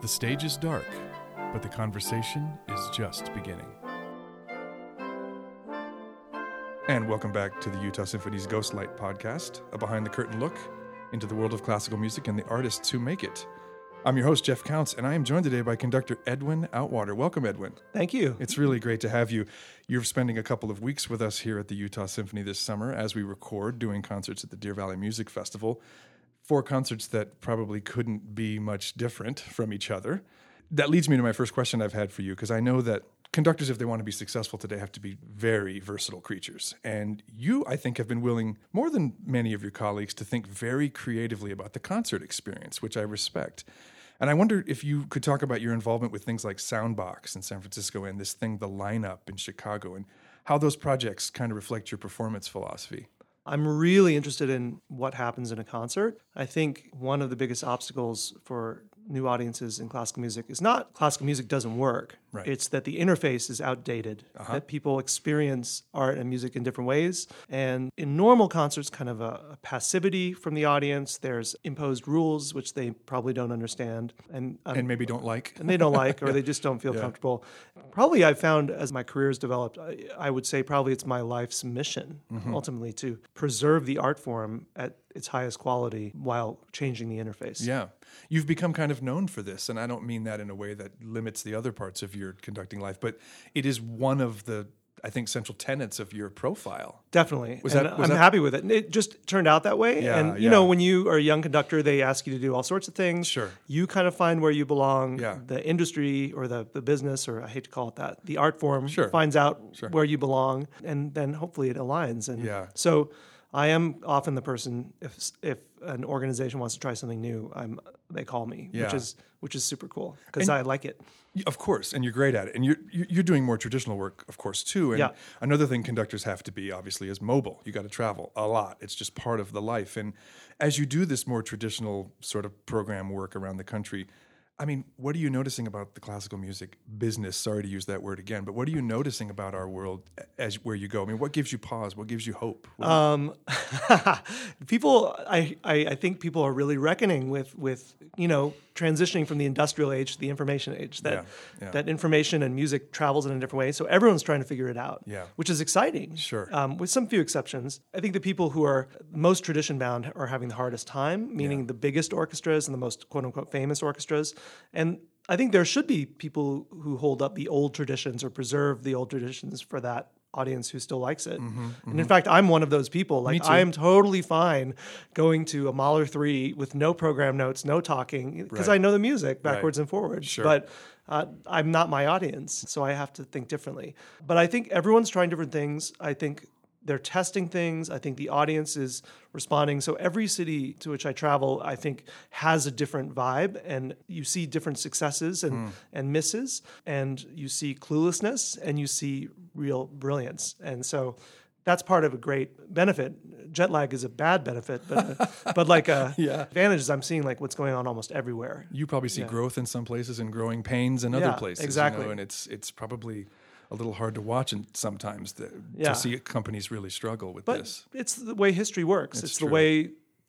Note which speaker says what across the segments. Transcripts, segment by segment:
Speaker 1: The stage is dark, but the conversation is just beginning. And welcome back to the Utah Symphony's Ghostlight podcast, a behind the curtain look into the world of classical music and the artists who make it. I'm your host, Jeff Counts, and I am joined today by conductor Edwin Outwater. Welcome, Edwin.
Speaker 2: Thank you.
Speaker 1: It's really great to have you. You're spending a couple of weeks with us here at the Utah Symphony this summer as we record doing concerts at the Deer Valley Music Festival. Four concerts that probably couldn't be much different from each other. That leads me to my first question I've had for you because I know that conductors, if they want to be successful today, have to be very versatile creatures. And you, I think, have been willing, more than many of your colleagues, to think very creatively about the concert experience, which I respect. And I wonder if you could talk about your involvement with things like Soundbox in San Francisco and this thing, The Lineup in Chicago, and how those projects kind of reflect your performance philosophy.
Speaker 2: I'm really interested in what happens in a concert. I think one of the biggest obstacles for new audiences in classical music is not classical music doesn't work.
Speaker 1: Right. Uh-huh.
Speaker 2: It's that the interface is outdated, that people experience art and music in different ways. And in normal concerts, kind of a, a passivity from the audience, there's imposed rules, which they probably don't understand. And, um,
Speaker 1: And maybe don't like.
Speaker 2: and they don't like or they just don't feel comfortable. Probably I've found as my career's developed, I, I would say probably it's my life's mission ultimately to preserve the art form at its highest quality while changing the interface.
Speaker 1: Yeah. You've become kind of known for this. And I don't mean that in a way that limits the other parts of your conducting life, but it is one of the, I think, central tenets of your profile.
Speaker 2: Definitely.
Speaker 1: Was
Speaker 2: and
Speaker 1: that- was
Speaker 2: I'm
Speaker 1: that-
Speaker 2: happy with it. And It just turned out that way.
Speaker 1: Yeah,
Speaker 2: and you
Speaker 1: yeah.
Speaker 2: know, when you are a young conductor, they ask you to do all sorts of things.
Speaker 1: Sure.
Speaker 2: You kind of find where you belong.
Speaker 1: Yeah.
Speaker 2: The industry or the, the business, or I hate to call it that, the art form
Speaker 1: Sure.
Speaker 2: finds out where you belong and then hopefully it aligns. And
Speaker 1: Yeah.
Speaker 2: so I am often the person if if an organization wants to try something new, I'm they call me, which
Speaker 1: Yeah.
Speaker 2: is which is super cool because I like it.
Speaker 1: Y- Of course, and you're great at it, and you're you're you're doing more traditional work, of course, too. And
Speaker 2: Yeah.
Speaker 1: another thing conductors have to be obviously is mobile. You got to travel a lot. It's just part of the life. And as you do this more traditional sort of program work around the country, I mean, what are you noticing about the classical music business? Sorry to use that word again, but what are you noticing about our world a- as where you go? I mean, what gives you pause? What gives you hope?
Speaker 2: people I, I i think people are really reckoning with with you know transitioning from the industrial age to the information age that
Speaker 1: Yeah, yeah.
Speaker 2: that information and music travels in a different way so everyone's trying to figure it out
Speaker 1: Yeah.
Speaker 2: which is exciting
Speaker 1: Sure.
Speaker 2: um, with some few exceptions i think the people who are most tradition bound are having the hardest time meaning the biggest orchestras and the most quote unquote famous orchestras and i think there should be people who hold up the old traditions or preserve the old traditions for that audience who still likes it
Speaker 1: Mm-hmm,
Speaker 2: and in fact i'm one of those people like i am totally fine going to a mahler 3 with no program notes no talking because
Speaker 1: Right.
Speaker 2: i know the music backwards and forwards
Speaker 1: Sure.
Speaker 2: but uh, i'm not my audience so i have to think differently but i think everyone's trying different things i think they're testing things i think the audience is responding so every city to which i travel i think has a different vibe and you see different successes and, and misses and you see cluelessness and you see real brilliance and so that's part of a great benefit. Jet lag is a bad benefit, but but like a advantage is I'm seeing like what's going on almost everywhere.
Speaker 1: you probably see growth in some places and growing pains in other
Speaker 2: Yeah,
Speaker 1: places. you know,
Speaker 2: exactly.
Speaker 1: and it's it's probably a little hard to watch and sometimes the,
Speaker 2: Yeah.
Speaker 1: to see companies really struggle with
Speaker 2: But
Speaker 1: this.
Speaker 2: it's the way history works. it's
Speaker 1: true.
Speaker 2: the way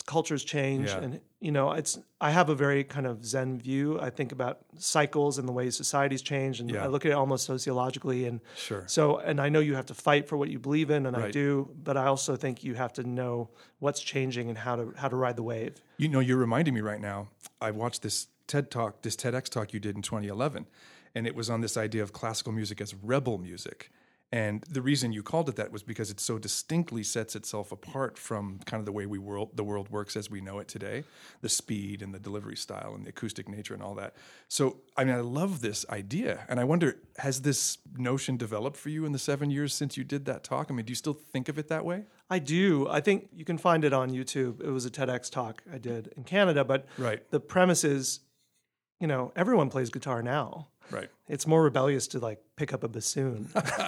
Speaker 2: cultures change,
Speaker 1: Yeah.
Speaker 2: and you know, it's I have a very kind of Zen view. I think about cycles and the way societies change, and
Speaker 1: Yeah.
Speaker 2: I look at it almost sociologically. And
Speaker 1: Sure.
Speaker 2: so, and I know you have to fight for what you believe in, and I
Speaker 1: Right.
Speaker 2: do. But I also think you have to know what's changing and how to how to ride the wave.
Speaker 1: You know, you're reminding me right now. I watched this TED talk, this TEDx talk you did in 2011, and it was on this idea of classical music as rebel music. And the reason you called it that was because it so distinctly sets itself apart from kind of the way we world the world works as we know it today, the speed and the delivery style and the acoustic nature and all that. So I mean, I love this idea, and I wonder has this notion developed for you in the seven years since you did that talk? I mean, do you still think of it that way?
Speaker 2: I do. I think you can find it on YouTube. It was a TEDx talk I did in Canada, but
Speaker 1: Right.
Speaker 2: the premise is, you know, everyone plays guitar now.
Speaker 1: Right,
Speaker 2: It's more rebellious to like pick up a bassoon.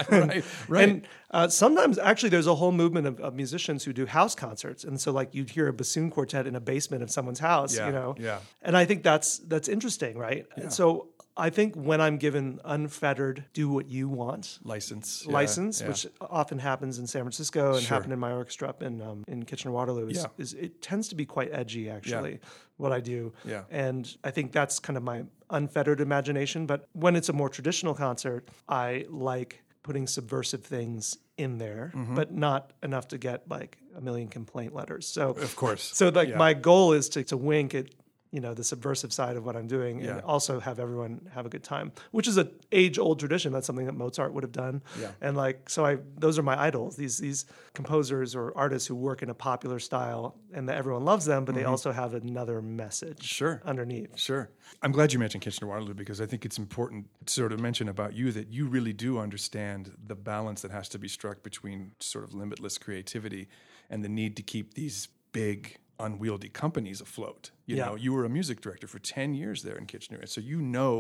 Speaker 1: right, right.
Speaker 2: And uh, sometimes, actually, there's a whole movement of, of musicians who do house concerts, and so like you'd hear a bassoon quartet in a basement of someone's house,
Speaker 1: Yeah,
Speaker 2: you know.
Speaker 1: yeah.
Speaker 2: And I think that's that's interesting, right? And so I think when I'm given unfettered, do what you want
Speaker 1: License. yeah,
Speaker 2: license,
Speaker 1: yeah.
Speaker 2: which often happens in San Francisco and
Speaker 1: Sure.
Speaker 2: happened in my orchestra up in um, in Kitchener Waterloo, is,
Speaker 1: Yeah.
Speaker 2: is it tends to be quite edgy actually what I do.
Speaker 1: Yeah.
Speaker 2: And I think that's kind of my unfettered imagination. But when it's a more traditional concert, I like putting subversive things in there,
Speaker 1: Mm-hmm.
Speaker 2: but not enough to get like a million complaint letters. So
Speaker 1: Of course.
Speaker 2: so like
Speaker 1: Yeah.
Speaker 2: my goal is to, to wink at you know the subversive side of what I'm doing
Speaker 1: Yeah.
Speaker 2: and also have everyone have a good time, which is an age old tradition. That's something that Mozart would have done.
Speaker 1: Yeah.
Speaker 2: And like so I those are my idols, these these composers or artists who work in a popular style and that everyone loves them, but they also have another message
Speaker 1: Mm-hmm. Sure.
Speaker 2: underneath.
Speaker 1: Sure. I'm glad you mentioned Kitchener Waterloo because I think it's important to sort of mention about you that you really do understand the balance that has to be struck between sort of limitless creativity and the need to keep these big unwieldy companies afloat. You
Speaker 2: Yeah.
Speaker 1: know, you were a music director for 10 years there in Kitchener. And so you know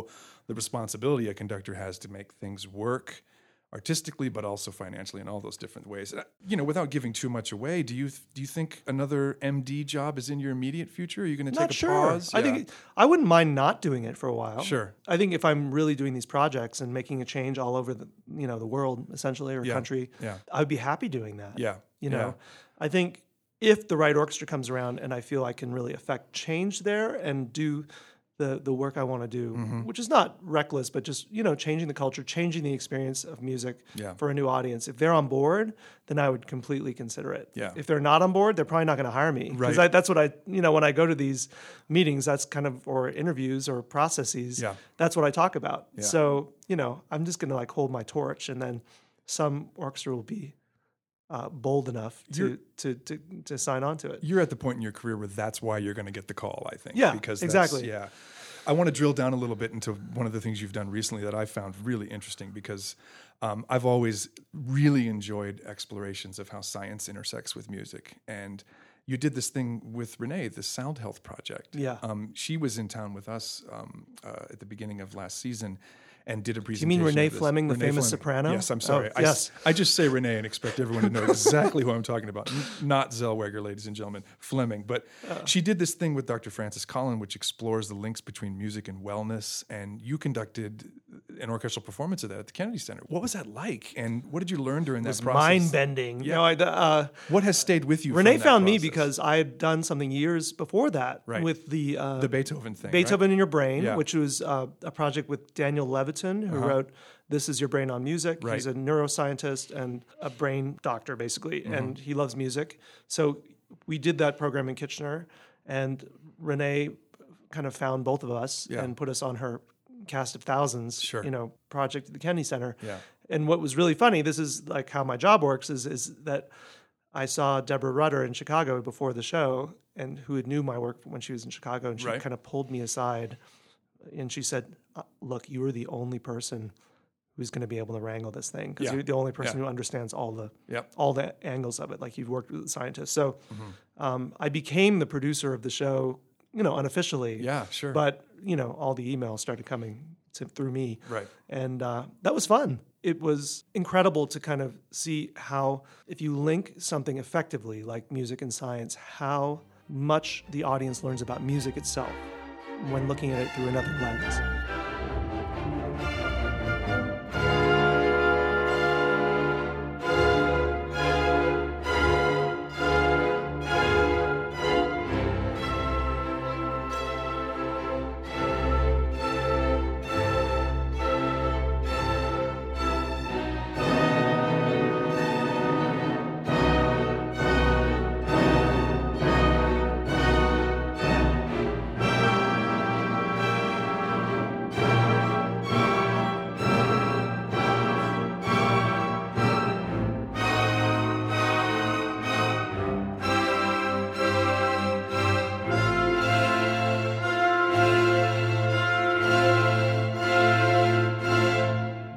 Speaker 1: the responsibility a conductor has to make things work artistically but also financially in all those different ways. Uh, You know, without giving too much away, do you do you think another MD job is in your immediate future? Are you going to take
Speaker 2: Not
Speaker 1: a
Speaker 2: sure.
Speaker 1: pause?
Speaker 2: I
Speaker 1: Yeah.
Speaker 2: think I wouldn't mind not doing it for a while.
Speaker 1: Sure.
Speaker 2: I think if I'm really doing these projects and making a change all over the you know the world essentially or country,
Speaker 1: yeah.
Speaker 2: I would be happy doing that.
Speaker 1: Yeah.
Speaker 2: You
Speaker 1: yeah.
Speaker 2: know, I think if the right orchestra comes around and I feel I can really affect change there and do the the work I want to do,
Speaker 1: Mm-hmm.
Speaker 2: which is not reckless, but just you know, changing the culture, changing the experience of music
Speaker 1: Yeah.
Speaker 2: for a new audience. If they're on board, then I would completely consider it.
Speaker 1: Yeah.
Speaker 2: If they're not on board, they're probably not going to hire me because
Speaker 1: Right.
Speaker 2: that's what I you know when I go to these meetings, that's kind of or interviews or processes.
Speaker 1: Yeah.
Speaker 2: That's what I talk about. So you know, I'm just going to like hold my torch, and then some orchestra will be uh, bold enough to, to to to sign on to it.
Speaker 1: You're at the point in your career where that's why you're going to get the call, I think.
Speaker 2: Yeah,
Speaker 1: Because
Speaker 2: exactly.
Speaker 1: That's, yeah. I want to drill down a little bit into one of the things you've done recently that I found really interesting because um, I've always really enjoyed explorations of how science intersects with music. And you did this thing with Renee, the Sound Health Project.
Speaker 2: Yeah.
Speaker 1: Um, she was in town with us um, uh, at the beginning of last season and did a presentation.
Speaker 2: mean Renee
Speaker 1: of this.
Speaker 2: Fleming, the famous soprano?
Speaker 1: Yes, I'm sorry.
Speaker 2: Oh,
Speaker 1: I s-
Speaker 2: yes.
Speaker 1: I just say Renee and expect everyone to know exactly who I'm talking about. N- Not Zellweger, ladies and gentlemen, Fleming. But
Speaker 2: Oh.
Speaker 1: she did this thing with Dr. Francis Collin, which explores the links between music and wellness. And you conducted an orchestral performance of that at the Kennedy Center. What was that like? And what did you learn during that process?
Speaker 2: Mind bending. Yeah. I, uh,
Speaker 1: what has stayed with you? from
Speaker 2: Renee
Speaker 1: that
Speaker 2: found me
Speaker 1: process?
Speaker 2: because I had done something years before that
Speaker 1: Right.
Speaker 2: with the, uh,
Speaker 1: the Beethoven thing. right?
Speaker 2: Beethoven in Your Brain,
Speaker 1: Yeah. Uh-huh.
Speaker 2: which was uh, a project with Daniel Levitin, who wrote This Is Your Brain on Music.
Speaker 1: Right.
Speaker 2: He's a neuroscientist and a brain doctor, basically,
Speaker 1: Mm-hmm.
Speaker 2: and he loves music. So we did that program in Kitchener, and Renee kind of found both of us
Speaker 1: Yeah.
Speaker 2: and put us on her cast of thousands,
Speaker 1: Sure.
Speaker 2: you know, project at the Kennedy Center.
Speaker 1: Yeah.
Speaker 2: And what was really funny, this is like how my job works, is is that I saw Deborah Rutter in Chicago before the show, and who had knew my work when she was in Chicago, and she
Speaker 1: Right.
Speaker 2: kind of pulled me aside, and she said, "Uh, "Look, you are the only person who's going to be able to wrangle this thing because
Speaker 1: Yeah.
Speaker 2: you're the only person who understands all the
Speaker 1: Yep.
Speaker 2: all the angles of it. Like you've worked with the scientists." So,
Speaker 1: Mm-hmm.
Speaker 2: um, I became the producer of the show, you know, unofficially.
Speaker 1: Yeah, sure.
Speaker 2: But you know, all the emails started coming to, through me.
Speaker 1: Right.
Speaker 2: And uh, that was fun. It was incredible to kind of see how, if you link something effectively like music and science, how much the audience learns about music itself when looking at it through another lens.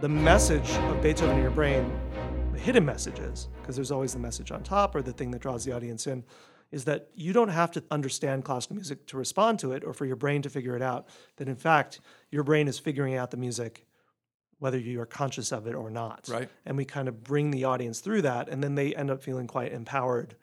Speaker 2: the message of Beethoven in your brain, the hidden messages, because there's always the message on top or the thing that draws the audience in, is that you don't have to understand classical music to respond to it or for your brain to figure it out. That in fact, your brain is figuring out the music whether you are conscious of it or not.
Speaker 1: Right.
Speaker 2: And we kind of bring the audience through that, and then they end up feeling quite empowered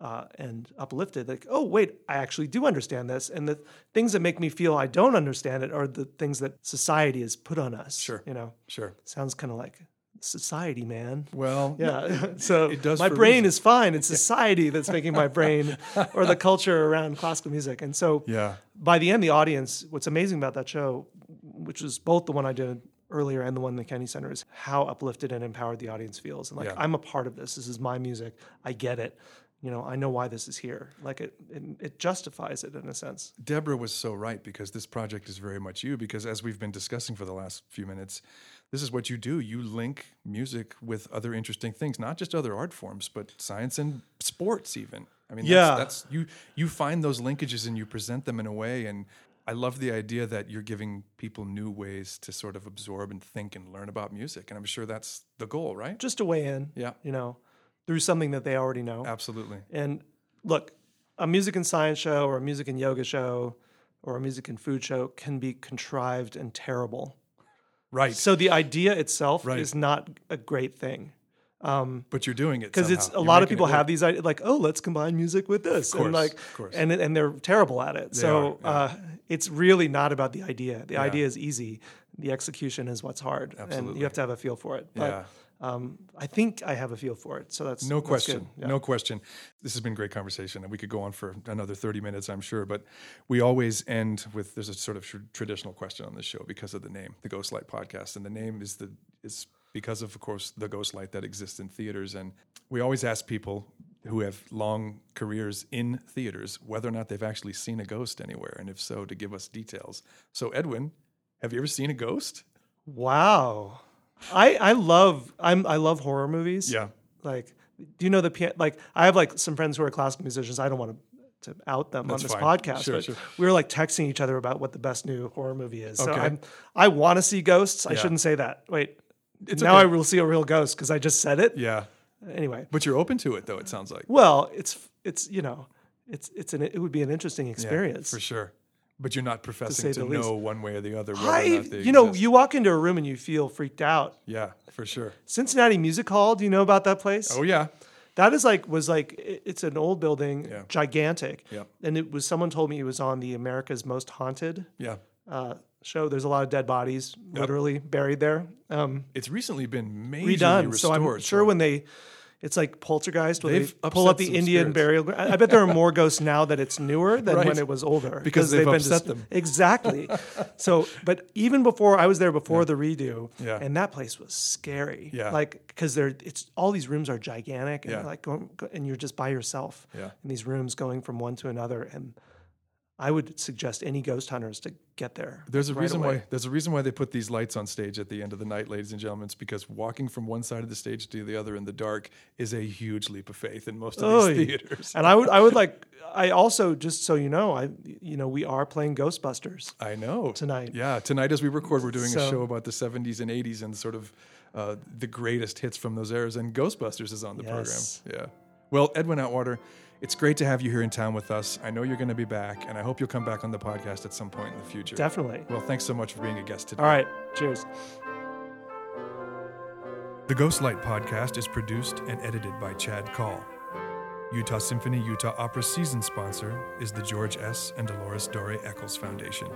Speaker 2: uh, and uplifted. Like, oh, wait, I actually do understand this. And the things that make me feel I don't understand it are the things that society has put on us.
Speaker 1: Sure.
Speaker 2: You know,
Speaker 1: Sure.
Speaker 2: sounds kind of like society, man.
Speaker 1: Well,
Speaker 2: Yeah. so
Speaker 1: it does
Speaker 2: my
Speaker 1: for a
Speaker 2: brain
Speaker 1: reason.
Speaker 2: is fine. It's society that's making my brain or the culture around classical music. And so
Speaker 1: yeah.
Speaker 2: by the end, the audience, what's amazing about that show, which was both the one I did earlier and the one in the Kennedy Center, is how uplifted and empowered the audience feels. And like,
Speaker 1: Yeah.
Speaker 2: I'm a part of this. This is my music. I get it. You know, I know why this is here. Like, it, it, it justifies it in a sense.
Speaker 1: Deborah was so right because this project is very much you. Because as we've been discussing for the last few minutes, this is what you do. You link music with other interesting things, not just other art forms, but science and sports, even. I mean,
Speaker 2: Yeah.
Speaker 1: that's, that's you. You find those linkages and you present them in a way. And I love the idea that you're giving people new ways to sort of absorb and think and learn about music. And I'm sure that's the goal, right?
Speaker 2: Just to weigh in,
Speaker 1: Yeah,
Speaker 2: you know, through something that they already know.
Speaker 1: absolutely.
Speaker 2: And look, a music and science show or a music and yoga show or a music and food show can be contrived and terrible.
Speaker 1: Right.
Speaker 2: So the idea itself
Speaker 1: Right.
Speaker 2: is not a great thing.
Speaker 1: but you're doing it
Speaker 2: because it's a
Speaker 1: somehow. You're
Speaker 2: lot of
Speaker 1: making it
Speaker 2: people
Speaker 1: work.
Speaker 2: have these ideas like oh let's combine music with this
Speaker 1: course,
Speaker 2: and like
Speaker 1: of course.
Speaker 2: and and they're terrible at it so
Speaker 1: are, yeah.
Speaker 2: uh, it's really not about the idea the idea is easy the execution is what's hard and
Speaker 1: Absolutely.
Speaker 2: you have to have a feel for it but
Speaker 1: Yeah.
Speaker 2: um, I think I have a feel for it so that's
Speaker 1: No
Speaker 2: that's
Speaker 1: question.
Speaker 2: good. Yeah.
Speaker 1: No question. This has been great conversation, and we could go on for another 30 minutes, I'm sure. But we always end with there's a sort of tr- traditional question on this show because of the name, the Ghostlight Podcast, and the name is the is because of, of course, the Ghostlight that exists in theaters. And we always ask people who have long careers in theaters whether or not they've actually seen a ghost anywhere, and if so, to give us details. So, Edwin, have you ever seen a ghost?
Speaker 2: wow I I love I'm I love horror movies
Speaker 1: Yeah.
Speaker 2: like do you know the pian- like I have like some friends who are classical musicians I don't want to to out them on this
Speaker 1: fine.
Speaker 2: podcast,
Speaker 1: Sure,
Speaker 2: but
Speaker 1: sure.
Speaker 2: we were like texting each other about what the best new horror movie is. So
Speaker 1: Okay.
Speaker 2: I'm, I want to see ghosts. I
Speaker 1: Yeah.
Speaker 2: shouldn't say that. Wait, now
Speaker 1: okay.
Speaker 2: I will see a real ghost because I just said it.
Speaker 1: Yeah.
Speaker 2: Anyway,
Speaker 1: But you're open to it, though, it sounds like.
Speaker 2: well, it's it's you know, it's it's an it would be an interesting experience.
Speaker 1: for sure. But you're not professing
Speaker 2: say
Speaker 1: to,
Speaker 2: the
Speaker 1: know
Speaker 2: least.
Speaker 1: one way or the other whether
Speaker 2: I,
Speaker 1: or not they
Speaker 2: you know,
Speaker 1: exist.
Speaker 2: you walk into a room and you feel freaked out.
Speaker 1: yeah, for sure.
Speaker 2: Cincinnati Music Hall. Do you know about that place?
Speaker 1: Oh yeah,
Speaker 2: That is like was like i- it's an old building,
Speaker 1: Yeah.
Speaker 2: gigantic.
Speaker 1: Yeah.
Speaker 2: And it was someone told me it was on the America's Most Haunted
Speaker 1: yeah.
Speaker 2: uh, show. There's a lot of dead bodies literally buried there, um,
Speaker 1: It's recently been majorly
Speaker 2: redone.
Speaker 1: restored.
Speaker 2: so I'm sure when they, it's like Poltergeist when
Speaker 1: They've
Speaker 2: they pull up
Speaker 1: upset
Speaker 2: the
Speaker 1: some
Speaker 2: Indian
Speaker 1: spirits.
Speaker 2: burial ground. I I bet there are more ghosts now that it's newer than
Speaker 1: Right.
Speaker 2: when it was older
Speaker 1: Because they've
Speaker 2: dis-
Speaker 1: upset them.
Speaker 2: exactly. so, but even before I was there before the redo,
Speaker 1: Yeah.
Speaker 2: and that place was scary.
Speaker 1: Yeah.
Speaker 2: like because they're it's all these rooms are gigantic and
Speaker 1: Yeah.
Speaker 2: like going, go- and you're just by yourself
Speaker 1: Yeah.
Speaker 2: in these rooms going from one to another and. I would suggest any ghost hunters to get there.
Speaker 1: there's a
Speaker 2: right
Speaker 1: reason
Speaker 2: away.
Speaker 1: why there's a reason why they put these lights on stage at the end of the night, ladies and gentlemen. It's because walking from one side of the stage to the other in the dark is a huge leap of faith in most of
Speaker 2: Oh, yeah.
Speaker 1: these theaters.
Speaker 2: And I would, I would like, I also just so you know, I, you know, we are playing Ghostbusters.
Speaker 1: I know
Speaker 2: Tonight.
Speaker 1: Yeah, tonight as we record, we're doing a
Speaker 2: So-
Speaker 1: show about the 70s and 80s and sort of uh, the greatest hits from those eras. And Ghostbusters is on the
Speaker 2: Yes.
Speaker 1: program. Yeah. Well, Edwin Outwater, it's great to have you here in town with us. I know you're going to be back, and I hope you'll come back on the podcast at some point in the future.
Speaker 2: Definitely.
Speaker 1: Well, thanks so much for being a guest today.
Speaker 2: All right. Cheers.
Speaker 1: The Ghostlight podcast is produced and edited by Chad Call. Utah Symphony Utah Opera season sponsor is the George S. and Dolores Dore Eccles Foundation.